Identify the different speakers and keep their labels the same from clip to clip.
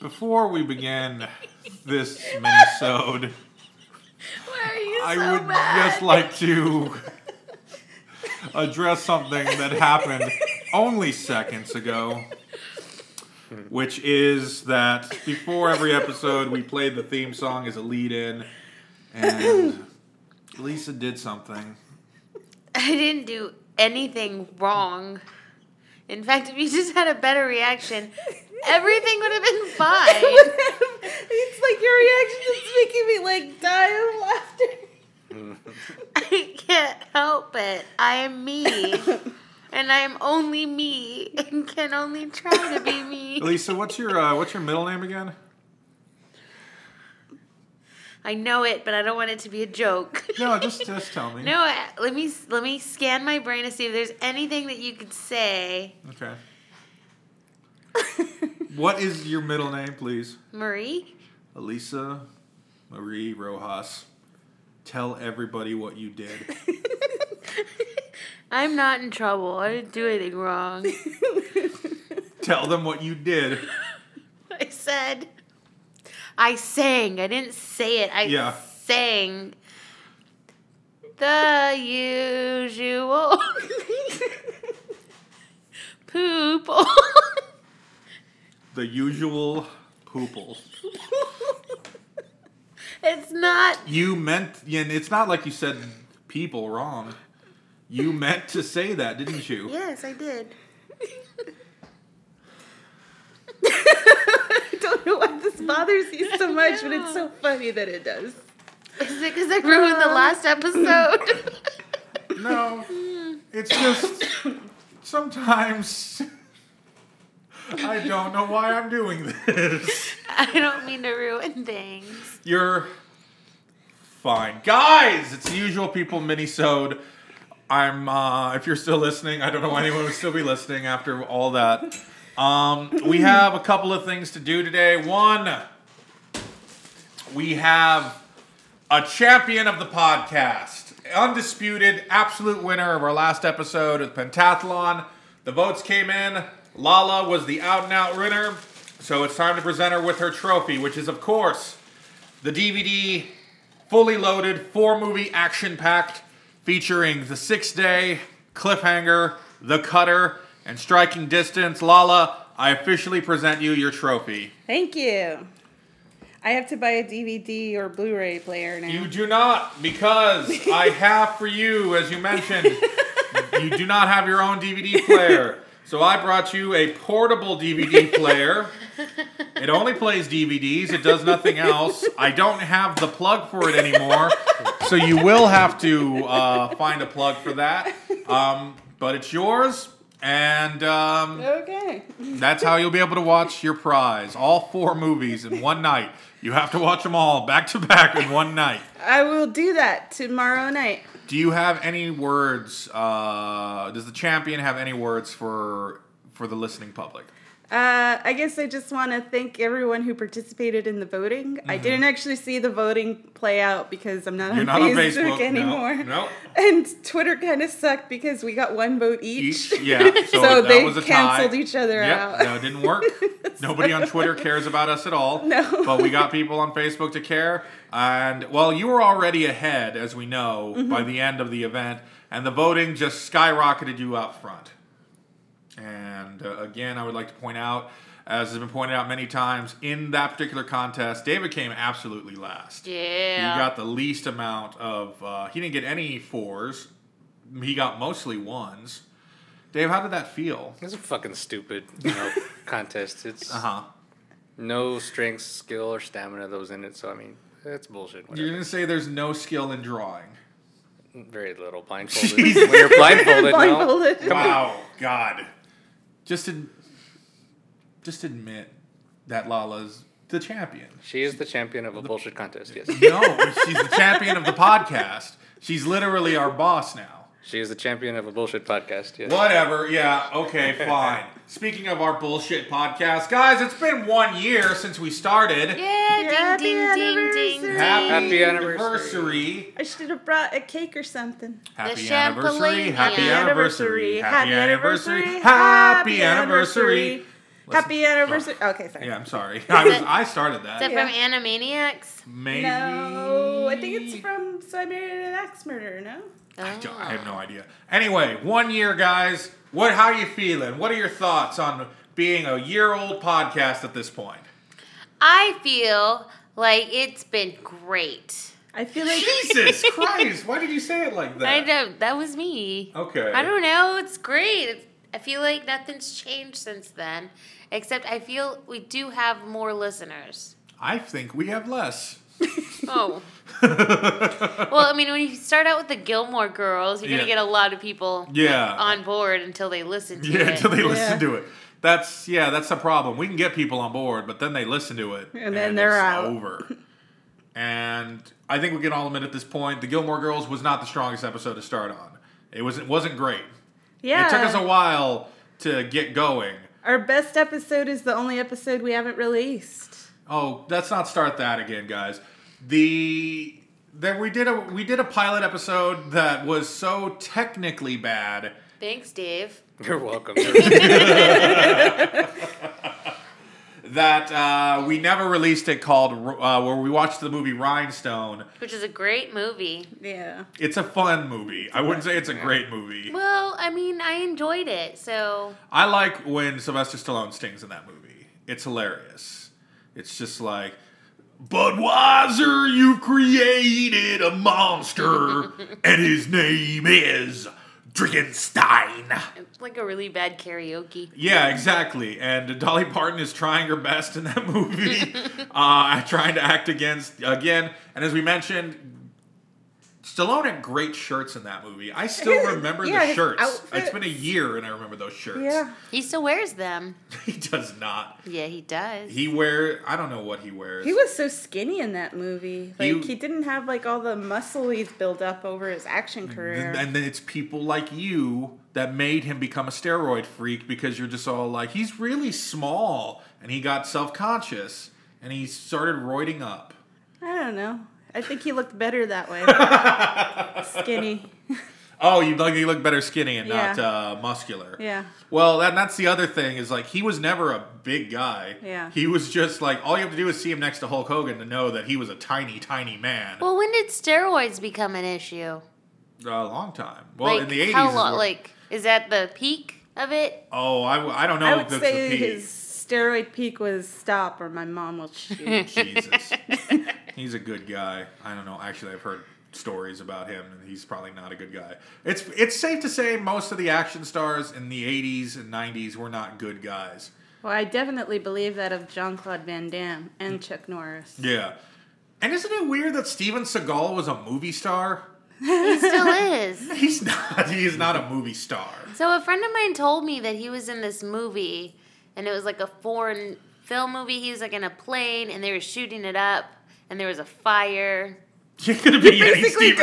Speaker 1: Before we begin this minisode,
Speaker 2: Why are you
Speaker 1: I
Speaker 2: so
Speaker 1: would
Speaker 2: mad?
Speaker 1: just like to address something that happened only seconds ago, which is that before every episode, we played the theme song as a lead in, and Lisa did something.
Speaker 2: I didn't do anything wrong. In fact, if you just had a better reaction, everything would have been fine.
Speaker 3: it's like your reaction is making me like die of laughter.
Speaker 2: I can't help it. I am me. And I am only me and can only try to be me.
Speaker 1: Lisa, what's your uh, what's your middle name again?
Speaker 2: I know it, but I don't want it to be a joke.
Speaker 1: No, just just tell me.
Speaker 2: No, I- let me let me scan my brain to see if there's anything that you could say.
Speaker 1: Okay. what is your middle name, please?
Speaker 2: Marie,
Speaker 1: Elisa Marie Rojas. Tell everybody what you did.
Speaker 2: I'm not in trouble. I didn't do anything wrong.
Speaker 1: Tell them what you did.
Speaker 2: I said, I sang. I didn't say it. I
Speaker 1: Yeah.
Speaker 2: sang. The usual poop.
Speaker 1: The usual poople.
Speaker 2: it's not.
Speaker 1: You meant, and it's not like you said people wrong. You meant to say that, didn't you?
Speaker 2: Yes, I did.
Speaker 3: I don't know why this bothers you so much, but it's so funny that it does.
Speaker 2: Is it because I ruined the last episode?
Speaker 1: No. It's just sometimes I don't know why I'm doing this.
Speaker 2: I don't mean to ruin things.
Speaker 1: You're fine. Guys, it's the usual people minisode. I'm uh if you're still listening, I don't know why anyone would still be listening after all that. Um we have a couple of things to do today. One, we have a champion of the podcast, undisputed, absolute winner of our last episode of Pentathlon. The votes came in. Lala was the out and out winner. So it's time to present her with her trophy, which is, of course, the DVD, fully loaded, four movie action packed, featuring The Six Day, Cliffhanger, The Cutter, and Striking Distance. Lala, I officially present you your trophy.
Speaker 3: Thank you. I have to buy a DVD or Blu-ray player now.
Speaker 1: You do not, because I have for you, as you mentioned, you do not have your own DVD player. So I brought you a portable DVD player. It only plays DVDs, it does nothing else. I don't have the plug for it anymore. So you will have to uh, find a plug for that. Um, but it's yours. And um,
Speaker 3: okay.
Speaker 1: that's how you'll be able to watch your prize. All four movies in one night. You have to watch them all back to back in one night.
Speaker 3: I will do that tomorrow night.
Speaker 1: Do you have any words? Uh, does the champion have any words for for the listening public?
Speaker 3: Uh, I guess I just want to thank everyone who participated in the voting. I didn't actually see the voting play out because I'm not,
Speaker 1: Mm-hmm. You're
Speaker 3: on,
Speaker 1: not on Facebook
Speaker 3: Facebook
Speaker 1: no,
Speaker 3: anymore.
Speaker 1: no.
Speaker 3: And Twitter kind of sucked because we got one vote each.
Speaker 1: Each, yeah. So,
Speaker 3: So
Speaker 1: that
Speaker 3: they
Speaker 1: was a tie.
Speaker 3: canceled each other
Speaker 1: Yep,
Speaker 3: out.
Speaker 1: No, it didn't work. Nobody on Twitter cares about us at all.
Speaker 3: No.
Speaker 1: But we got people on Facebook to care. And well, you were already ahead, as we know,
Speaker 3: Mm-hmm.
Speaker 1: by the end of the event, and the voting just skyrocketed you out front. And uh, again, I would like to point out, as has been pointed out many times, in that particular contest, David came absolutely last.
Speaker 2: Yeah.
Speaker 1: He got the least amount of. Uh, he didn't get any fours. He got mostly ones. Dave, how did that feel?
Speaker 4: It's a fucking stupid, you know, contest. It's
Speaker 1: Uh huh.
Speaker 4: no strength, skill, or stamina that was in it. So I mean, that's bullshit.
Speaker 1: You're
Speaker 4: Whatever.
Speaker 1: gonna say there's no skill in drawing?
Speaker 4: Very little blindfolded. when you're blindfolded,
Speaker 3: Blindfolded.
Speaker 4: No. Come on.
Speaker 1: Wow, God. Just ad- just admit that Lala's the champion.
Speaker 4: She is the champion of a bullshit contest. Yes.
Speaker 1: No, she's the champion of the podcast. She's literally our boss now.
Speaker 4: She is the champion of a bullshit podcast. Yes.
Speaker 1: Whatever. Yeah. Okay. Fine. Speaking of our bullshit podcast, guys, it's been one year since we started.
Speaker 2: Yeah,
Speaker 3: Happy
Speaker 2: ding, ding, ding, ding,
Speaker 3: anniversary.
Speaker 2: ding.
Speaker 1: Happy,
Speaker 4: Happy
Speaker 1: anniversary.
Speaker 3: I should have brought a cake or something.
Speaker 1: Happy anniversary.
Speaker 2: Champollion.
Speaker 1: Happy
Speaker 2: Happy
Speaker 1: anniversary. Happy anniversary.
Speaker 3: Happy
Speaker 1: Happy anniversary.
Speaker 3: anniversary. Happy anniversary. Okay, sorry.
Speaker 1: Yeah, I'm sorry. I was
Speaker 2: it-
Speaker 1: I started
Speaker 2: Is that
Speaker 1: that.
Speaker 3: Yeah.
Speaker 2: from Animaniacs?
Speaker 1: Maybe.
Speaker 3: No, I think it's from So I Married an Axe Murderer, no?
Speaker 1: I, don't- I
Speaker 3: Oh.
Speaker 1: have no idea. Anyway, one year, guys. What? How are you feeling? What are your thoughts on being a year-old podcast at this point?
Speaker 2: I feel like it's been great.
Speaker 3: I feel like
Speaker 1: Jesus Christ! Why did you say it like that?
Speaker 2: I know that was me.
Speaker 1: Okay.
Speaker 2: I don't know. It's great. It's, I feel like nothing's changed since then, except I feel we do have more listeners.
Speaker 1: I think we have less.
Speaker 2: Oh. well, I mean, when you start out with the Gilmore Girls, you're gonna
Speaker 1: Yeah.
Speaker 2: get a lot of people
Speaker 1: Yeah.
Speaker 2: on board until they listen to it.
Speaker 1: yeah, until they listen
Speaker 3: Yeah.
Speaker 1: to it. That's yeah, that's the problem. We can get people on board, but then they listen to it
Speaker 3: And then they're
Speaker 1: it's
Speaker 3: out.
Speaker 1: over. And I think we can all admit at this point, the Gilmore Girls was not the strongest episode to start on. It was it wasn't great.
Speaker 3: yeah.
Speaker 1: It took us a while to get going.
Speaker 3: Our best episode is the only episode we haven't released.
Speaker 1: Oh, let's not start that again, guys. The that we did a we did a pilot episode that was so technically bad
Speaker 2: Thanks, Dave.
Speaker 4: You're welcome.
Speaker 1: that uh, we never released it called uh, where we watched the movie Rhinestone.
Speaker 2: Which is a great movie.
Speaker 3: Yeah.
Speaker 1: It's a fun movie. I wouldn't say it's a great movie.
Speaker 2: Well, I mean, I enjoyed it. So
Speaker 1: I like when Sylvester Stallone stings in that movie. It's hilarious. It's just like Budweiser, you've created a monster, and his name is Drinkenstein.
Speaker 2: it's like a really bad karaoke.
Speaker 1: Yeah, exactly. And Dolly Parton is trying her best in that movie, uh, trying to act against again. And as we mentioned, Stallone had great shirts in that movie. I still remember
Speaker 3: Yeah,
Speaker 1: the
Speaker 3: his
Speaker 1: shirts. It's
Speaker 3: outfits.
Speaker 1: been a year, and I remember those shirts.
Speaker 3: Yeah.
Speaker 2: He still wears them.
Speaker 1: he does not.
Speaker 2: Yeah, he does.
Speaker 1: He wear. I don't know what he wears.
Speaker 3: He was so skinny in that movie. Like
Speaker 1: He-
Speaker 3: he, didn't have like all the muscle he's built up over his action career.
Speaker 1: and, and then it's people like you that made him become a steroid freak because you're just all like, he's really small, and he got self conscious, and he started roiding up.
Speaker 3: I don't know. I think he looked better that way. skinny.
Speaker 1: Oh, you look you look better skinny and not
Speaker 3: Yeah.
Speaker 1: uh, muscular.
Speaker 3: Yeah.
Speaker 1: Well, that, that's the other thing is like he was never a big guy.
Speaker 3: Yeah.
Speaker 1: He was just like all you have to do is see him next to Hulk Hogan to know that he was a tiny, tiny man.
Speaker 2: well, when did steroids become an issue?
Speaker 1: a long time. Well,
Speaker 2: like,
Speaker 1: in the eighties.
Speaker 2: how long? like, is that the peak of it?
Speaker 1: oh, I, w- I don't know
Speaker 3: I
Speaker 1: if
Speaker 3: would
Speaker 1: that's
Speaker 3: say
Speaker 1: the peak.
Speaker 3: his steroid peak was stop or my mom will shoot.
Speaker 1: Jesus, he's a good guy. I don't know. Actually, I've heard stories about him, and he's probably not a good guy. It's it's safe to say most of the action stars in the eighties and nineties were not good guys.
Speaker 3: well, I definitely believe that of Jean Claude Van Damme and Chuck Norris.
Speaker 1: Yeah. And isn't it weird that Steven Seagal was a movie star?
Speaker 2: He still is.
Speaker 1: He's not. He's not a movie star.
Speaker 2: So a friend of mine told me that he was in this movie, and it was like a foreign film movie. He was like in a plane, and they were shooting it up, and there was a fire.
Speaker 1: You could be any
Speaker 3: Basically
Speaker 1: Steven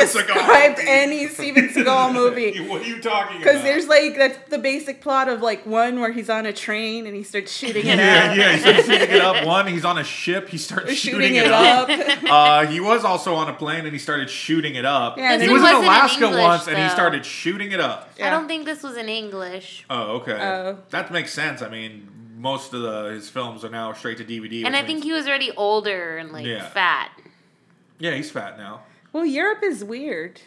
Speaker 3: described
Speaker 1: Seagal.
Speaker 3: any Steven Seagal movie.
Speaker 1: What are you talking about?
Speaker 3: Because there's like that's the basic plot of like one where he's on a train and he starts shooting it
Speaker 1: yeah,
Speaker 3: up,
Speaker 1: yeah. He starts shooting it up. One, he's on a ship. He starts shooting,
Speaker 3: shooting
Speaker 1: it,
Speaker 3: it
Speaker 1: up.
Speaker 3: up. yeah,
Speaker 1: Uh, he was also on a plane and he started shooting it up.
Speaker 3: Yeah,
Speaker 1: he
Speaker 3: This
Speaker 1: was in
Speaker 2: wasn't in
Speaker 1: Alaska
Speaker 2: English,
Speaker 1: once and he
Speaker 2: though.
Speaker 1: started shooting it up.
Speaker 2: I don't think this was in English.
Speaker 1: Oh, okay.
Speaker 3: Oh.
Speaker 1: That makes sense. I mean, most of the, his films are now straight to DVD.
Speaker 2: And
Speaker 1: which
Speaker 2: I think
Speaker 1: means-
Speaker 2: he was already older and like
Speaker 1: Yeah.
Speaker 2: fat.
Speaker 1: yeah, he's fat now.
Speaker 3: Well, Europe is weird.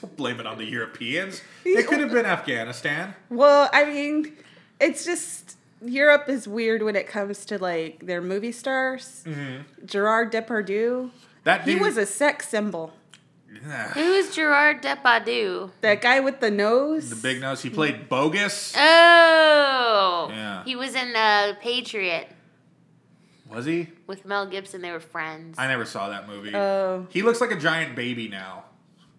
Speaker 1: Don't blame it on the Europeans. It could have been Afghanistan.
Speaker 3: Well, I mean, it's just Europe is weird when it comes to like their movie stars.
Speaker 1: Mm-hmm.
Speaker 3: Gerard Depardieu,
Speaker 1: That
Speaker 3: he
Speaker 1: dude,
Speaker 3: was a sex symbol.
Speaker 1: Ugh.
Speaker 2: Who is Gerard Depardieu?
Speaker 3: That guy with the nose.
Speaker 1: the big nose. He played bogus.
Speaker 2: Oh,
Speaker 1: Yeah.
Speaker 2: he was in uh, Patriot
Speaker 1: Was he?
Speaker 2: with Mel Gibson. They were friends.
Speaker 1: I never saw that movie.
Speaker 3: Oh.
Speaker 1: He looks like a giant baby now.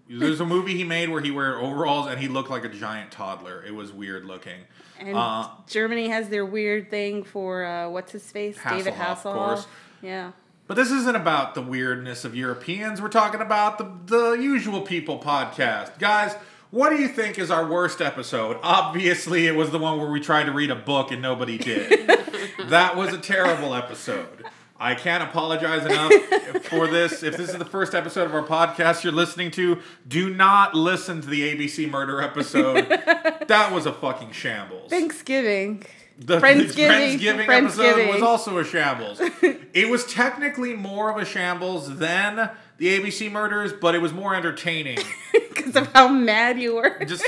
Speaker 1: There's a movie he made where he wore overalls and he looked like a giant toddler. It was weird looking.
Speaker 3: And
Speaker 1: Uh,
Speaker 3: Germany has their weird thing for uh, what's his face, David
Speaker 1: Hasselhoff, of
Speaker 3: Hasselhoff.
Speaker 1: course.
Speaker 3: Yeah.
Speaker 1: But this isn't about the weirdness of Europeans. We're talking about the the usual people podcast. Guys, What do you think is our worst episode? Obviously, it was the one where we tried to read a book and nobody did. that was a terrible episode. I can't apologize enough for this. If this is the first episode of our podcast you're listening to, do not listen to the ABC murder episode. that was a fucking shambles.
Speaker 3: Thanksgiving.
Speaker 1: The
Speaker 3: Friendsgiving.
Speaker 1: Friendsgiving episode
Speaker 3: Friendsgiving.
Speaker 1: was also a shambles. it was technically more of a shambles than the ABC murders, but it was more entertaining.
Speaker 3: Because of how mad you were.
Speaker 1: Just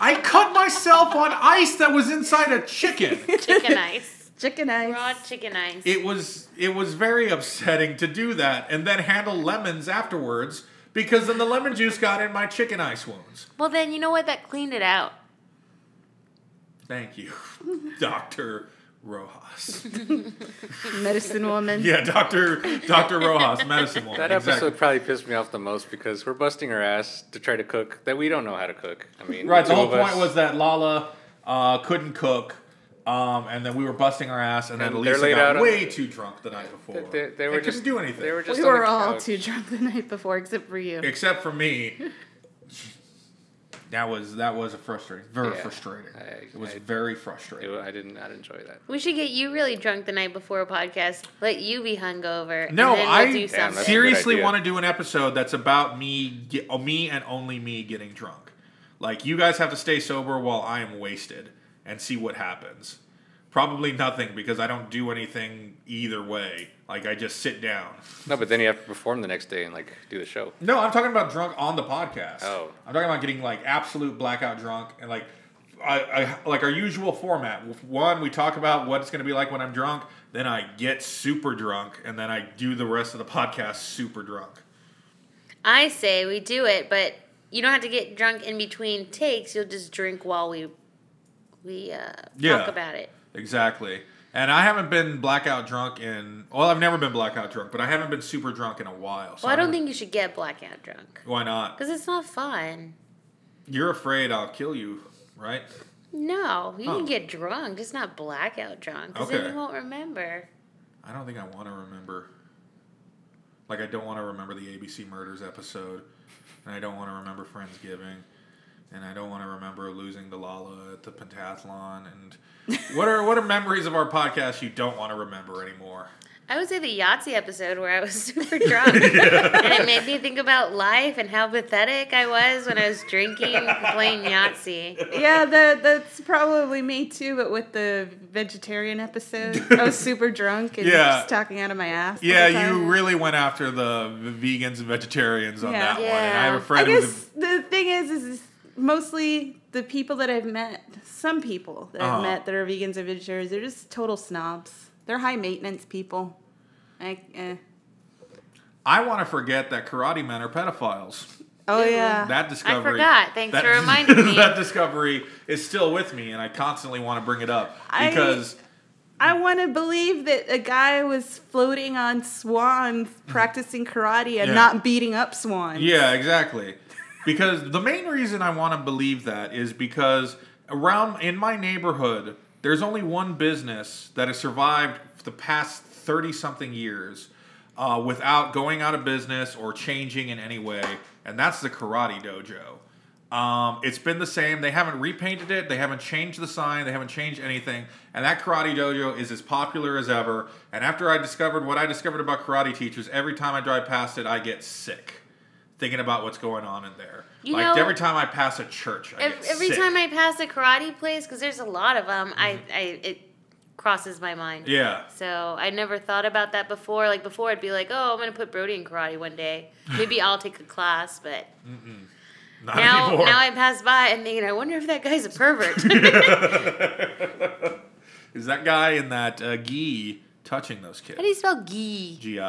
Speaker 1: I cut myself on ice that was inside a chicken.
Speaker 2: Chicken ice.
Speaker 3: Chicken ice.
Speaker 2: Raw chicken ice.
Speaker 1: It was it was very upsetting to do that and then handle lemons afterwards because then the lemon juice got in my chicken ice wounds.
Speaker 2: well, then, you know what? That cleaned it out.
Speaker 1: Thank you, Dr. Rojas.
Speaker 3: Medicine woman.
Speaker 1: Yeah, Dr. Dr. Rojas, medicine woman.
Speaker 4: That
Speaker 1: exactly.
Speaker 4: episode probably pissed me off the most because we're busting our ass to try to cook that we don't know how to cook. I mean,
Speaker 1: Right. The
Speaker 4: two
Speaker 1: whole
Speaker 4: of us-
Speaker 1: point was that Lala uh, couldn't cook, um, and then we were busting our ass, and then
Speaker 4: And they're
Speaker 1: Elisa
Speaker 4: laid out
Speaker 1: got
Speaker 4: on-
Speaker 1: way too drunk the night before.
Speaker 4: they, they were just
Speaker 1: couldn't do anything.
Speaker 4: They were just
Speaker 3: we
Speaker 4: on
Speaker 3: were
Speaker 4: the
Speaker 3: all
Speaker 4: couch.
Speaker 3: too drunk the night before, except for you.
Speaker 1: except for me. That was that was a frustrating, very
Speaker 4: Yeah.
Speaker 1: frustrating.
Speaker 4: I-
Speaker 1: it was
Speaker 4: I-
Speaker 1: very frustrating.
Speaker 4: It- I did not enjoy that.
Speaker 2: We should get you really drunk the night before a podcast. Let you be hungover.
Speaker 1: no,
Speaker 2: and then
Speaker 1: I
Speaker 2: we'll do
Speaker 4: Damn,
Speaker 2: something.
Speaker 4: that's-
Speaker 1: seriously
Speaker 4: idea.
Speaker 1: want to do an episode that's about me, ge- oh, me and only me getting drunk. Like you guys have to stay sober while I am wasted and see what happens. Probably nothing because I don't do anything either way. Like I just sit down.
Speaker 4: No, but then you have to perform the next day and like do the show.
Speaker 1: No, I'm talking about drunk on the podcast.
Speaker 4: Oh.
Speaker 1: I'm talking about getting like absolute blackout drunk and like, I, I like our usual format. With One, we talk about what it's going to be like when I'm drunk. Then I get super drunk, and then I do the rest of the podcast super drunk.
Speaker 2: I say we do it, but you don't have to get drunk in between takes. You'll just drink while we we uh,
Speaker 1: Yeah.
Speaker 2: talk about it.
Speaker 1: Exactly. And I haven't been blackout drunk in well, I've never been blackout drunk, but I haven't been super drunk in a while. So
Speaker 2: Well, I don't think you should get blackout drunk
Speaker 1: why not.
Speaker 2: because it's not fun.
Speaker 1: You're afraid I'll kill you, right?
Speaker 2: No, you
Speaker 1: Oh.
Speaker 2: can get drunk, just not blackout drunk because
Speaker 1: Okay.
Speaker 2: then you won't remember.
Speaker 1: I don't think I want to remember. Like I don't want to remember the ABC murders episode, and I don't want to remember Friendsgiving, and I don't want to remember losing to Lala at the pentathlon. And what are what are memories of our podcast you don't want to remember anymore?
Speaker 2: I would say the Yahtzee episode where I was super drunk. And it made me think about life and how pathetic I was when I was drinking and playing Yahtzee.
Speaker 3: Yeah, that that's probably me too, but with the vegetarian episode, I was super drunk and
Speaker 1: Yeah.
Speaker 3: just talking out of my ass. the
Speaker 1: Yeah,
Speaker 3: whole time.
Speaker 1: you really went after the v- vegans and vegetarians on
Speaker 3: Yeah.
Speaker 1: that one. And I have a
Speaker 2: Yeah.
Speaker 1: friend
Speaker 3: I
Speaker 1: who's a-
Speaker 3: guess the thing is, is, is mostly the people that I've met, some people that
Speaker 1: Uh-huh.
Speaker 3: I've met that are vegans and vegetarians, they're just total snobs. They're high maintenance people. Like, eh.
Speaker 1: I want to forget that karate men are pedophiles.
Speaker 3: Oh yeah.
Speaker 1: That discovery.
Speaker 2: forgot. Thanks for reminding me.
Speaker 1: that discovery is still with me, and I constantly want to bring it up
Speaker 3: I-
Speaker 1: because
Speaker 3: I want to believe that a guy was floating on swans practicing karate and
Speaker 1: Yeah.
Speaker 3: not beating up swans.
Speaker 1: Yeah, exactly. Because the main reason I want to believe that is because around in my neighborhood, there's only one business that has survived the past 30 something years uh, without going out of business or changing in any way, and that's the Karate Dojo. Um, it's been the same. They haven't repainted it. They haven't changed the sign. They haven't changed anything. And that karate dojo is as popular as ever. And after I discovered what I discovered about karate teachers, every time I drive past it, I get sick thinking about what's going on in there.
Speaker 2: You
Speaker 1: like
Speaker 2: know-
Speaker 1: every time I pass a church, I
Speaker 2: Ev-
Speaker 1: get
Speaker 2: Every
Speaker 1: sick. Mm-hmm.
Speaker 2: time I pass a karate place, because there's a lot of them, I, I it crosses my mind.
Speaker 1: yeah,
Speaker 2: So I never thought about that before. Like before, I'd be like, "Oh, I'm gonna put Brody in karate one day. Maybe I'll take a class." But
Speaker 1: not
Speaker 2: now,
Speaker 1: anymore.
Speaker 2: now I pass by and thinking, "I wonder if that guy's a pervert."
Speaker 1: is that guy in that uh, gi touching those kids?
Speaker 2: How do you spell gee?
Speaker 1: Gi,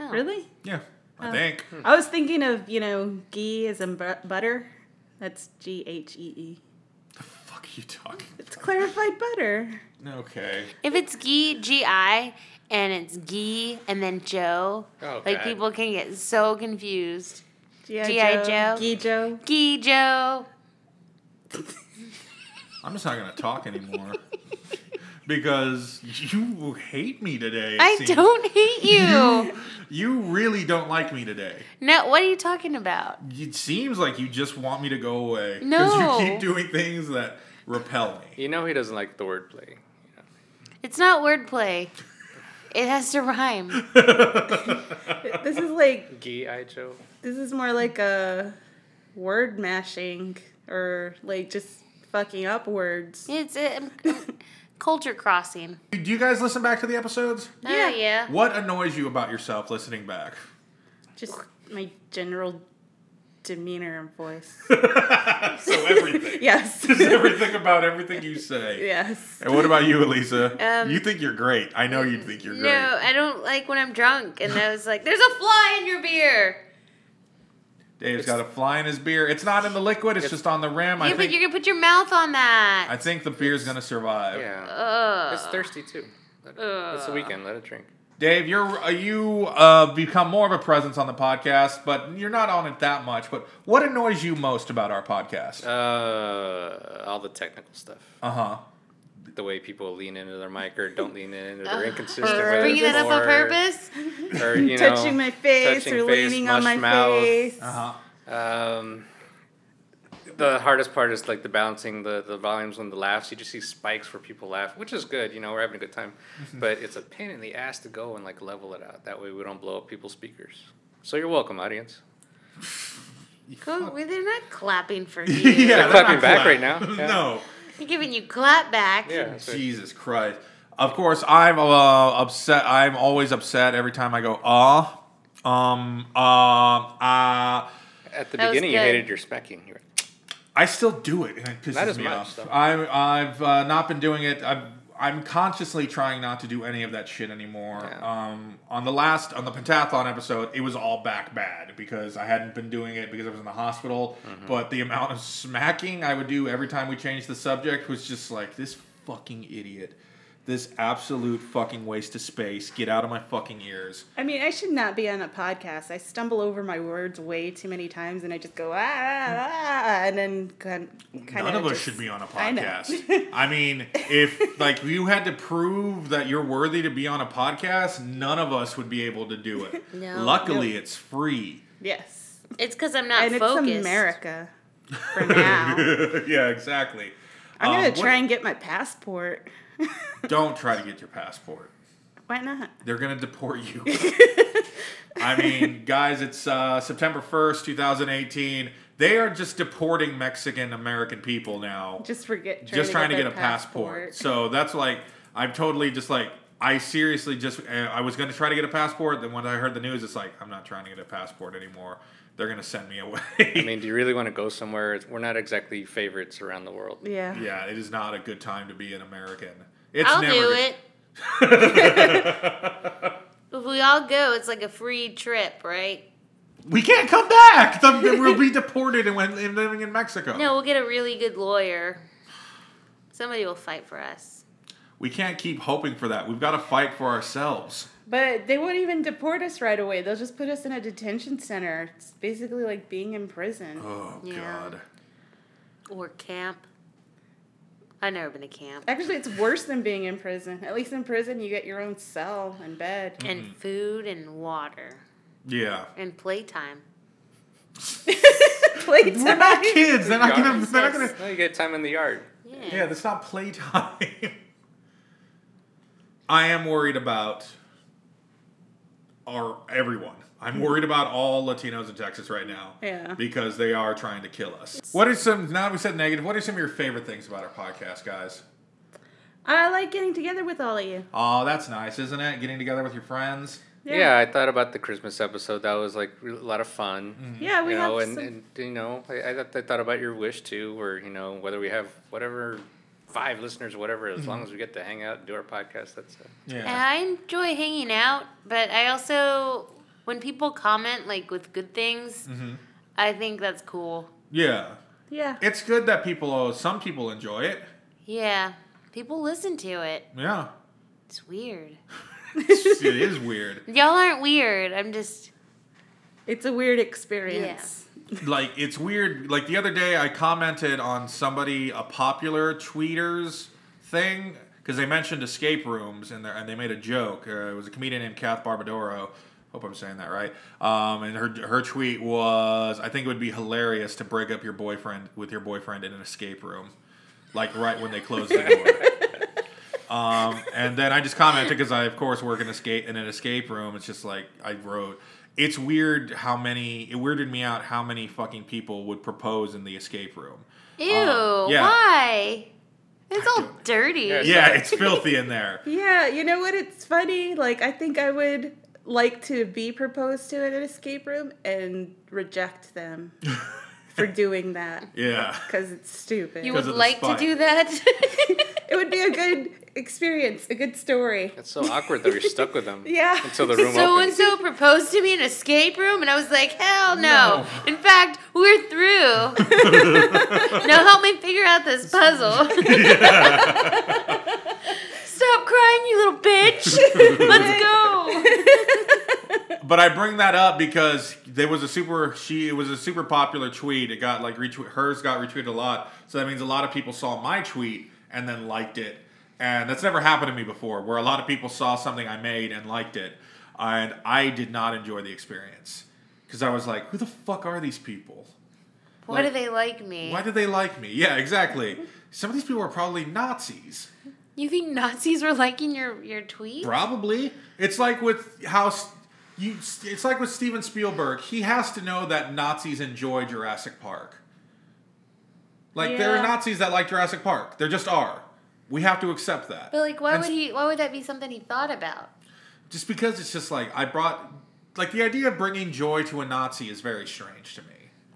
Speaker 2: Oh.
Speaker 3: Really?
Speaker 1: yeah, I think.
Speaker 3: I was thinking of, you know, ghee as in bu- butter. That's G H E E.
Speaker 1: Fuck you talking.
Speaker 3: It's clarified butter.
Speaker 1: Okay.
Speaker 2: If it's gee, G I, and it's gee, and then Joe,
Speaker 4: Oh,
Speaker 2: like
Speaker 4: God.
Speaker 2: people can get so confused.
Speaker 3: G.I.
Speaker 2: G.I. Joe.
Speaker 3: Gee Joe.
Speaker 2: Gee Joe.
Speaker 1: I'm just not gonna talk anymore. because you hate me today. it
Speaker 2: I
Speaker 1: seems.
Speaker 2: don't hate you.
Speaker 1: You really don't like me today.
Speaker 2: no, what are you talking about?
Speaker 1: It seems like you just want me to go away.
Speaker 2: No.
Speaker 1: you keep doing things that repel me.
Speaker 4: You know he doesn't like the word play.
Speaker 2: It's not wordplay. It has to rhyme.
Speaker 3: This is like
Speaker 4: Gi I Joe.
Speaker 3: this is more like a word mashing or like just fucking up words.
Speaker 2: It's um, culture crossing.
Speaker 1: Do you guys listen back to the episodes?
Speaker 2: Oh,
Speaker 3: Yeah.
Speaker 2: yeah.
Speaker 1: What annoys you about yourself listening back?
Speaker 3: Just my general demeanor and voice.
Speaker 1: so everything.
Speaker 3: Yes.
Speaker 1: everything about everything you say.
Speaker 3: yes.
Speaker 1: And what about you, Elisa?
Speaker 2: Um,
Speaker 1: you think you're great. I know you think you're great.
Speaker 2: No, I don't like when I'm drunk and I was like, there's a fly in your beer.
Speaker 1: Dave's got a fly in his beer. It's not in the liquid. It's, just on the rim. I
Speaker 2: yeah, but
Speaker 1: think.
Speaker 2: you're going to put your mouth on that.
Speaker 1: I think the beer's gonna survive.
Speaker 4: Yeah.
Speaker 2: Ugh.
Speaker 4: It's thirsty too. Let it- it's the
Speaker 2: Ugh.
Speaker 4: weekend. Let it drink.
Speaker 1: Dave, you're uh, you uh, become more of a presence on the podcast, but you're not on it that much. But what annoys you most about our podcast?
Speaker 4: Uh, all the technical stuff.
Speaker 1: Uh huh.
Speaker 4: The way people lean into their mic or don't lean in, or they're inconsistent.
Speaker 2: Are
Speaker 4: with
Speaker 2: bringing
Speaker 4: it,
Speaker 2: that up on
Speaker 4: or-
Speaker 2: purpose?
Speaker 4: Or, you know,
Speaker 3: touching my face
Speaker 4: touching
Speaker 3: or
Speaker 4: face,
Speaker 3: leaning on
Speaker 4: mush
Speaker 3: my
Speaker 4: mouth.
Speaker 3: face.
Speaker 1: Uh
Speaker 4: uh-huh.
Speaker 1: huh.
Speaker 4: Um, the hardest part is like the balancing the, the volumes when the laughs. You just see spikes where people laugh, which is good. You know, we're having a good time. But it's a pain in the ass to go and like level it out. That way we don't blow up people's speakers. So you're welcome, audience.
Speaker 2: Go, well, they're not clapping for
Speaker 1: yeah,
Speaker 2: you.
Speaker 1: they're
Speaker 4: clapping
Speaker 1: not
Speaker 4: back
Speaker 1: clapping.
Speaker 4: right now. Yeah.
Speaker 1: no.
Speaker 2: They're giving you clap back.
Speaker 4: Yeah. so-
Speaker 1: Jesus Christ. Of course, I'm uh, upset. I'm always upset every time I go ah, um, ah, ah.
Speaker 4: At the
Speaker 2: That was
Speaker 4: beginning, you
Speaker 2: good.
Speaker 4: hated your specking. You were-
Speaker 1: I still do it, and it pisses
Speaker 4: Not as
Speaker 1: me
Speaker 4: much,
Speaker 1: off.
Speaker 4: though.
Speaker 1: I, I've uh, not been doing it. I've, I'm consciously trying not to do any of that shit anymore.
Speaker 4: Yeah.
Speaker 1: Um, on the last, on the pentathlon episode, it was all back bad because I hadn't been doing it because I was in the hospital. But the amount of smacking I would do every time we changed the subject was just like this fucking idiot. This absolute fucking waste of space. Get out of my fucking ears.
Speaker 3: I mean, I should not be on a podcast. I stumble over my words way too many times, and I just go ah, ah, ah," and then kind, kind
Speaker 1: None of us
Speaker 3: just-
Speaker 1: should be on a
Speaker 3: I know.
Speaker 1: podcast. I, mean, if like you had to prove that you're worthy to be on a podcast, none of us would be able to do it.
Speaker 2: No.
Speaker 1: Luckily, it's free.
Speaker 3: yes,
Speaker 2: It's because I'm not
Speaker 3: and
Speaker 2: focused.
Speaker 3: it's America for now.
Speaker 1: yeah, exactly.
Speaker 3: I'm
Speaker 1: Um,
Speaker 3: gonna
Speaker 1: what-
Speaker 3: try and get my passport.
Speaker 1: Don't try to get your passport.
Speaker 3: Why not?
Speaker 1: They're gonna deport you. I mean, guys, it's uh, September first, two thousand eighteen. They are just deporting Mexican American people now.
Speaker 3: Just forget. Trying
Speaker 1: just trying to get,
Speaker 3: their
Speaker 1: a passport. So that's like I'm totally just like I seriously just uh, I was going to try to get a passport. Then when I heard the news, it's like I'm not trying to get a passport anymore. They're going to send me away.
Speaker 4: I mean, do you really want to go somewhere? It's- We're not exactly favorites around the world.
Speaker 3: Yeah.
Speaker 1: yeah, it is not a good time to be an American. It's
Speaker 2: I'll
Speaker 1: never
Speaker 2: do
Speaker 1: good-
Speaker 2: it. if we all go, it's like a free trip, right?
Speaker 1: We can't come back. The- the- we'll be deported and, when, and living in Mexico.
Speaker 2: No, we'll get a really good lawyer. Somebody will fight for us.
Speaker 1: We can't keep hoping for that. We've got to fight for ourselves.
Speaker 3: But they won't even deport us right away. They'll just put us in a detention center. It's basically like being in prison.
Speaker 1: Oh
Speaker 2: Yeah.
Speaker 1: God.
Speaker 2: Or camp. I've never been to camp.
Speaker 3: Actually, it's worse than being in prison. At least in prison, you get your own cell and bed.
Speaker 1: Mm-hmm.
Speaker 2: And food and water.
Speaker 1: Yeah.
Speaker 2: And playtime.
Speaker 3: Playtime.
Speaker 1: We're not kids. They're not gonna. They're not gonna.
Speaker 4: No, you get time in the yard.
Speaker 2: Yeah.
Speaker 1: Yeah, that's not playtime. I am worried about our everyone. I'm worried about all Latinos in Texas right now.
Speaker 3: Yeah.
Speaker 1: Because they are trying to kill us. What are some now that we said negative, what are some of your favorite things about our podcast, guys?
Speaker 3: I like getting together with all of you.
Speaker 1: Oh, that's nice, isn't it? Getting together with your friends.
Speaker 4: Yeah. I thought about the Christmas episode. That was like re- a lot of fun.
Speaker 3: Yeah, we
Speaker 4: you
Speaker 3: have
Speaker 4: know, and,
Speaker 3: some.
Speaker 4: and you know, I, I, thought- I thought about your wish too, or you know, whether we have whatever five listeners, or whatever. As long as we get to hang out and do our podcast, that's uh,
Speaker 2: And I enjoy hanging out, but I also, when people comment like with good things, I think that's cool.
Speaker 1: Yeah.
Speaker 3: yeah.
Speaker 1: It's good that people oh, some people enjoy it.
Speaker 2: Yeah, people listen to it.
Speaker 1: Yeah.
Speaker 2: It's weird.
Speaker 1: it is weird.
Speaker 2: Y'all aren't weird. I'm just
Speaker 3: It's a weird experience.
Speaker 1: like it's weird like the other day i commented on somebody a popular tweeters thing because they mentioned escape rooms in there, and they made a joke. Uh, it was a comedian named Kath Barbadoro. Hope I'm saying that right. Um, and her her tweet was, "I think it would be hilarious to break up your boyfriend with your boyfriend in an escape room, like right when they close the door." Um, and then I just commented because I, of course, work in escape in an escape room. It's just like I wrote. It's weird how many. It weirded me out how many fucking people would propose in the escape room.
Speaker 2: Ew,
Speaker 1: yeah.
Speaker 2: why? It's all
Speaker 1: don't-
Speaker 2: dirty.
Speaker 4: Yeah, it's-
Speaker 1: Yeah, it's filthy in there.
Speaker 3: Yeah, you know what? It's funny. Like, I think I would like to be proposed to in an escape room and reject them for doing that
Speaker 1: Yeah,
Speaker 3: because it's stupid.
Speaker 2: You
Speaker 1: 'Cause
Speaker 2: would
Speaker 1: of the
Speaker 2: like to
Speaker 1: spike.
Speaker 2: do that?
Speaker 3: it would be a good experience, a good story.
Speaker 4: It's so awkward though. You're stuck with them.
Speaker 3: Yeah.
Speaker 4: Until the room
Speaker 2: so and
Speaker 4: opens.
Speaker 2: so proposed to me in an escape room, and I was like, hell no. In fact, we're through. now help me figure out this puzzle. Stop crying, you little bitch. Let's go.
Speaker 1: but I bring that up because there was a super. She it was a super popular tweet. It got like retweet. Hers got retweeted a lot, so that means a lot of people saw my tweet and then liked it. And that's never happened to me before, where a lot of people saw something I made and liked it, and I did not enjoy the experience because I was like, "Who the fuck are these people?
Speaker 2: Why do
Speaker 1: Like-
Speaker 2: they like me?
Speaker 1: Why do they like me?" Yeah, exactly. Some of these people are probably Nazis.
Speaker 2: You think Nazis were liking your, your tweet?
Speaker 1: Probably. It's like with how s- you. It's like with Steven Spielberg. He has to know that Nazis enjoy Jurassic Park. Like there
Speaker 3: Yeah.
Speaker 1: are Nazis that like Jurassic Park. There just are. We have to accept that.
Speaker 2: But like, why
Speaker 1: And
Speaker 2: would he? Why would that be something he thought about?
Speaker 1: Just because it's just like I brought, like the idea of bringing joy to a Nazi is very strange to me.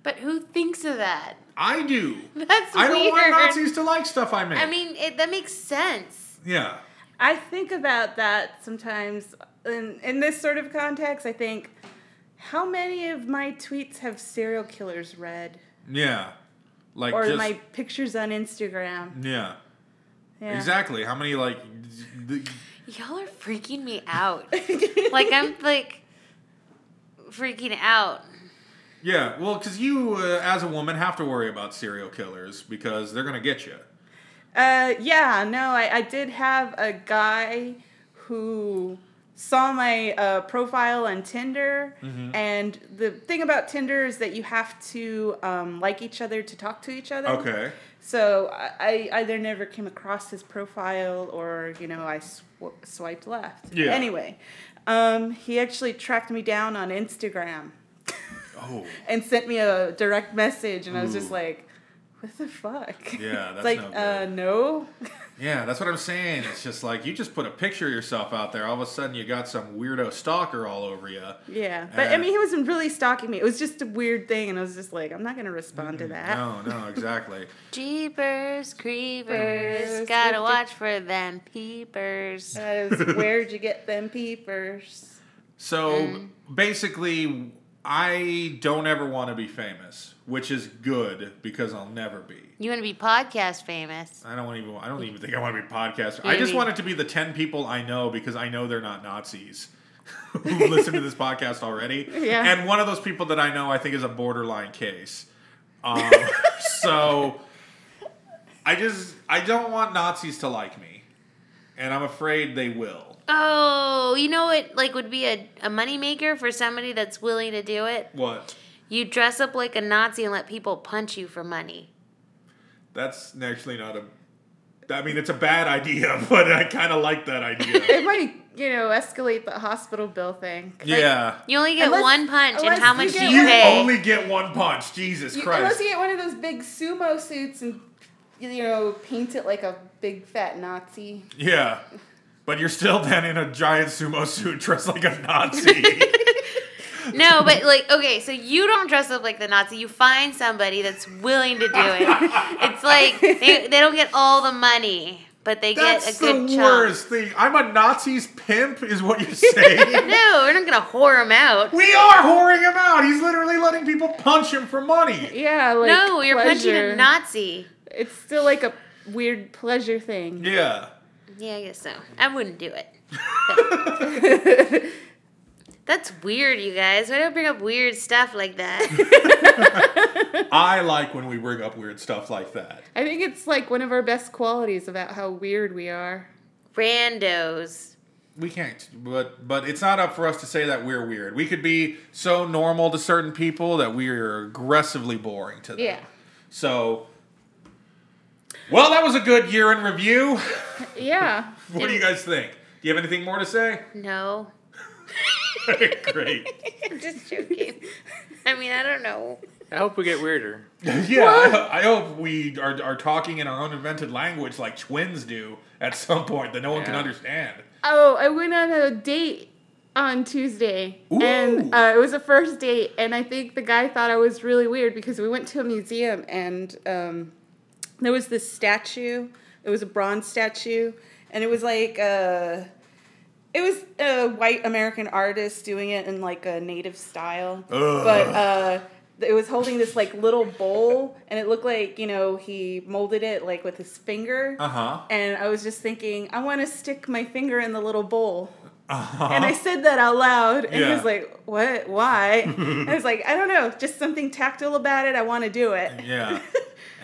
Speaker 2: But who thinks of that?
Speaker 1: I do.
Speaker 2: That's
Speaker 1: I
Speaker 2: weird.
Speaker 1: don't want Nazis to like stuff I make.
Speaker 2: I mean, it, that makes sense.
Speaker 1: yeah.
Speaker 3: I think about that sometimes in, in this sort of context. I think, how many of my tweets have serial killers read?
Speaker 1: Yeah. Like
Speaker 3: Or
Speaker 1: just
Speaker 3: my pictures on Instagram?
Speaker 1: yeah.
Speaker 3: Yeah.
Speaker 1: Exactly. How many like the,
Speaker 2: Y'all are freaking me out. like I'm like freaking out.
Speaker 1: Yeah, well, because you, uh, as a woman, have to worry about serial killers because they're gonna get you.
Speaker 3: Uh, yeah, no, I, I did have a guy who saw my uh, profile on Tinder,
Speaker 1: Mm-hmm.
Speaker 3: and the thing about Tinder is that you have to um, like each other to talk to each other.
Speaker 1: Okay.
Speaker 3: So I, I either never came across his profile, or you know, I sw- swiped left.
Speaker 1: Yeah.
Speaker 3: Anyway, um, he actually tracked me down on Instagram
Speaker 1: Oh,
Speaker 3: and sent me a direct message, and I was just
Speaker 1: Ooh.
Speaker 3: like, "What the fuck?"
Speaker 1: Yeah,
Speaker 3: It's
Speaker 1: that's
Speaker 3: like,
Speaker 1: no good.
Speaker 3: uh, no.
Speaker 1: yeah, that's what I'm saying. It's just like you just put a picture of yourself out there. All of a sudden, you got some weirdo stalker all over you.
Speaker 3: Yeah, but I
Speaker 1: Uh,
Speaker 3: mean, he wasn't really stalking me. It was just a weird thing, and I was just like, I'm not gonna respond to that.
Speaker 1: No, no, exactly.
Speaker 2: Jeepers, creepers,
Speaker 3: Creepers,
Speaker 2: gotta
Speaker 3: creepers.
Speaker 2: watch for them peepers.
Speaker 3: That is, where'd you get them peepers?
Speaker 1: So basically, I don't ever want to be famous, which is good because I'll never be.
Speaker 2: You want to be podcast famous?
Speaker 1: I don't even. I don't even think I want to be podcaster.
Speaker 2: Yeah,
Speaker 1: I just
Speaker 2: me-
Speaker 1: want it to be the ten people I know because I know they're not Nazis who listen to this podcast already.
Speaker 3: Yeah.
Speaker 1: And one of those people that I know, I think, is a borderline case. Um, so I just I don't want Nazis to like me, and I'm afraid they will.
Speaker 2: Oh, you know what? Like would be a a moneymaker for somebody that's willing to do it.
Speaker 1: What?
Speaker 2: You dress up like a Nazi and let people punch you for money.
Speaker 1: That's actually not a. I mean, it's a bad idea, but I kind of like that idea.
Speaker 3: It might, you know, escalate the hospital bill thing.
Speaker 1: yeah.
Speaker 2: You only get
Speaker 3: Unless-
Speaker 2: one punch, and
Speaker 3: unless
Speaker 2: how
Speaker 3: you
Speaker 2: much do
Speaker 3: get
Speaker 2: you
Speaker 3: one-
Speaker 1: You
Speaker 2: pay?
Speaker 1: only get one punch, Jesus
Speaker 3: You,
Speaker 1: Christ!
Speaker 3: unless you get one of those big sumo suits and, you know, paint it like a big fat Nazi.
Speaker 1: Yeah. But you're still then in a giant sumo suit dressed like a Nazi.
Speaker 2: No, but like, okay, so you don't dress up like the Nazi. You find somebody that's willing to do it. It's like they, they don't get all the money, but they
Speaker 1: That's
Speaker 2: get a
Speaker 1: the
Speaker 2: good chunk.
Speaker 1: worst thing. I'm a Nazi's pimp, is what you're saying.
Speaker 2: No, we're not gonna whore them out.
Speaker 1: we are whoring him out. He's literally letting people punch him for money.
Speaker 3: Yeah, like
Speaker 2: no, you're punching
Speaker 3: pleasure.
Speaker 2: a Nazi.
Speaker 3: It's still like a weird pleasure thing.
Speaker 1: Yeah.
Speaker 2: Yeah, I guess so. I wouldn't do it. That's weird, you guys. Why do I bring up weird stuff like that?
Speaker 1: I like when we bring up weird stuff like that.
Speaker 3: I think it's like one of our best qualities about how weird we are.
Speaker 2: randos.
Speaker 1: We can't, but but it's not up for us to say that we're weird. We could be so normal to certain people that we're aggressively boring to them.
Speaker 2: Yeah.
Speaker 1: So, well, that was a good year in review.
Speaker 3: Yeah.
Speaker 1: What do you guys think? Do you have anything more to say?
Speaker 2: No.
Speaker 1: Great.
Speaker 2: I'm just joking. I mean, I don't know.
Speaker 4: I hope we get weirder.
Speaker 1: Yeah, I, I hope we are, are talking in our own invented language like twins do at some point that no one can
Speaker 4: Yeah.
Speaker 1: understand.
Speaker 5: Oh, I went on a date on Tuesday, and
Speaker 1: Ooh.
Speaker 5: uh, it was a first date, and I think the guy thought I was really weird because we went to a museum,
Speaker 3: and um, there was this statue. It was a bronze statue, and it was like uh, it was a white American artist doing it in like a native style, but uh, it was holding this like little bowl, and it looked like you know he molded it like with his finger.
Speaker 1: Uh huh.
Speaker 3: And I was just thinking, I want to stick my finger in the little bowl.
Speaker 1: Uh
Speaker 3: And I
Speaker 1: huh.
Speaker 3: said that out loud, and he
Speaker 1: Yeah.
Speaker 3: was like, "What? Why?" And I was like, "I don't know. Just something tactile about it. I want to do it."
Speaker 1: Yeah.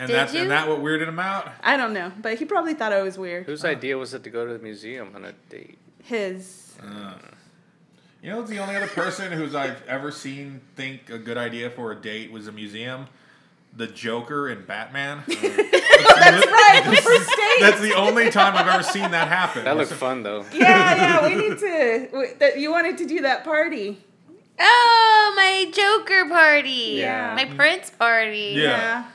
Speaker 1: And
Speaker 2: Did
Speaker 1: that's
Speaker 2: you?
Speaker 1: and that what weirded him out.
Speaker 3: I don't know, but he probably thought I was weird.
Speaker 4: Whose idea was it to go to the museum on a date?
Speaker 3: His.
Speaker 1: You know, the only other person who's I've ever seen think a good idea for a date was a museum. The Joker and Batman. that's
Speaker 3: Right, the first date.
Speaker 1: That's the only time I've ever seen that happen.
Speaker 4: That looked fun though.
Speaker 3: yeah, yeah, we need to. We, that you wanted to do that party.
Speaker 2: Oh, my Joker party.
Speaker 4: Yeah.
Speaker 2: My Prince party.
Speaker 1: Yeah.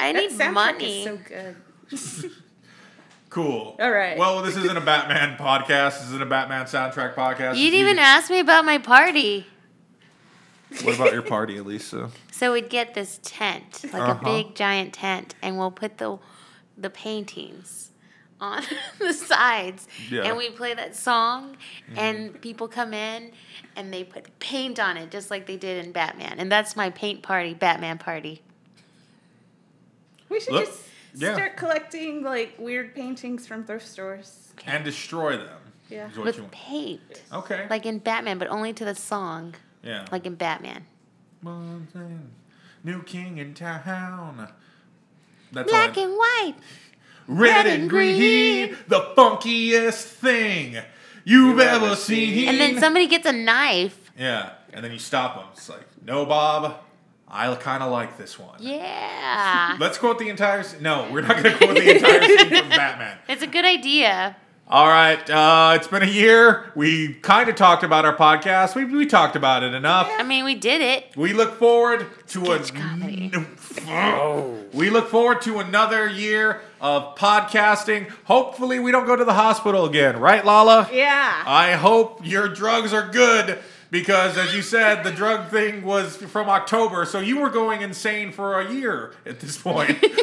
Speaker 2: I
Speaker 3: That
Speaker 2: need
Speaker 3: soundtrack
Speaker 2: money.
Speaker 3: is so good.
Speaker 1: Cool.
Speaker 3: All right.
Speaker 1: Well, this isn't a Batman podcast. This isn't a Batman soundtrack podcast.
Speaker 2: you didn't even ask me about my party.
Speaker 1: What about your party, Elisa?
Speaker 2: So we'd get this tent, like
Speaker 1: Uh-huh.
Speaker 2: a big giant tent, and we'll put the the paintings on the sides,
Speaker 1: Yeah. Mm-hmm.
Speaker 2: and we play that song, and people come in, and they put paint on it, just like they did in Batman, and that's my paint party, Batman party.
Speaker 3: We should
Speaker 1: Look,
Speaker 3: just
Speaker 1: yeah.
Speaker 3: start collecting like weird paintings from thrift stores.
Speaker 1: And destroy them.
Speaker 3: Yeah.
Speaker 1: Is what you
Speaker 2: With
Speaker 1: want.
Speaker 2: paint,
Speaker 1: Okay.
Speaker 2: like in Batman, but only to the song,
Speaker 1: yeah.
Speaker 2: like in Batman.
Speaker 1: One thing, new king in town. That's all I-
Speaker 2: Black and white.
Speaker 1: Red and green, the funkiest thing you've ever seen.
Speaker 2: And then somebody gets a knife.
Speaker 1: yeah, and then you stop them. It's like, no, Bob, I kind of like this one.
Speaker 2: Yeah.
Speaker 1: Let's quote the entire. s- No, we're not going to quote the entire scene from Batman.
Speaker 2: it's a good idea.
Speaker 1: All right, uh, it's been a year. We kind of talked about our podcast. We, we talked about it enough.
Speaker 2: I mean, we did it.
Speaker 1: We look forward to a.
Speaker 2: Sketch comedy.
Speaker 4: Oh.
Speaker 1: We look forward to another year of podcasting. Hopefully, we don't go to the hospital again, right, Lala?
Speaker 3: Yeah.
Speaker 1: I hope your drugs are good because, as you said, the drug thing was from October, so you were going insane for a year at this point.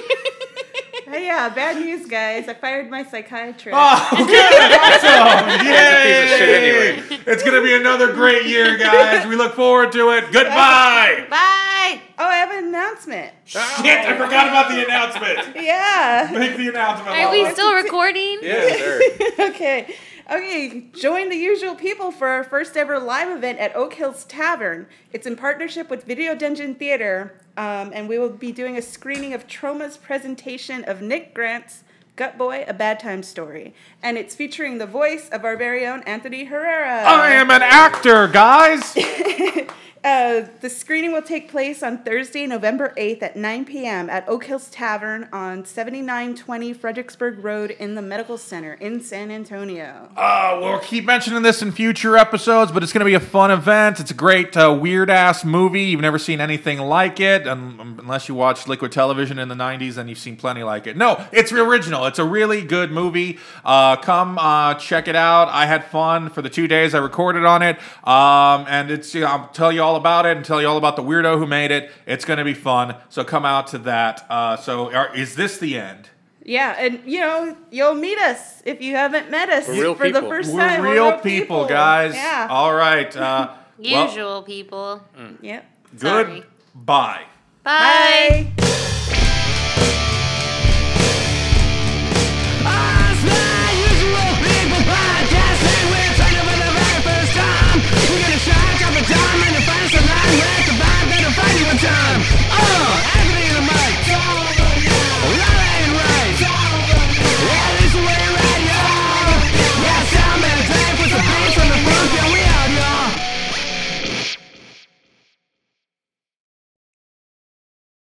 Speaker 3: yeah. Bad news, guys. I fired my psychiatrist.
Speaker 1: oh, good, awesome, yay!
Speaker 4: piece of shit anyway.
Speaker 1: It's gonna be another great year, guys. We look forward to it. Goodbye.
Speaker 2: Bye.
Speaker 3: Oh, I have an announcement.
Speaker 1: Shit, I forgot about the announcement.
Speaker 3: Yeah.
Speaker 1: Make the announcement.
Speaker 2: Are we
Speaker 1: Lala.
Speaker 2: still recording?
Speaker 4: Yeah, sure.
Speaker 3: okay. Okay, join the usual people for our first ever live event at Oak Hills Tavern. It's in partnership with Video Dungeon Theater, um, and we will be doing a screening of Troma's presentation of Nick Grant's Gut Boy, A Bad Time Story. And it's featuring the voice of our very own Anthony Herrera.
Speaker 1: I am an actor, guys.
Speaker 3: Uh, the screening will take place on Thursday, November 8th at 9 p.m. at Oak Hills Tavern on 7920 Fredericksburg Road in the Medical Center in San Antonio.
Speaker 1: Uh, we'll keep mentioning this in future episodes, but it's going to be a fun event. It's a great, uh, weird ass movie. You've never seen anything like it, un- um, unless you watched Liquid Television in the 90s, then you've seen plenty like it. No, it's original. It's a really good movie. Uh, come uh, check it out. I had fun for the two days I recorded on it. Um, and it's you know, I'll tell you all about it and tell you all about the weirdo who made it. It's going to be fun. So come out to that. Uh, so are, is this the end?
Speaker 3: Yeah, and you know, you'll meet us if you haven't met us
Speaker 4: We're real
Speaker 3: for the
Speaker 4: people.
Speaker 3: 1st
Speaker 1: We're
Speaker 3: time.
Speaker 1: real people, guys.
Speaker 3: Yeah.
Speaker 1: All right. Uh, well-
Speaker 2: Usual people.
Speaker 3: yep.
Speaker 2: Sorry.
Speaker 1: Goodbye.
Speaker 2: Bye.
Speaker 3: Bye.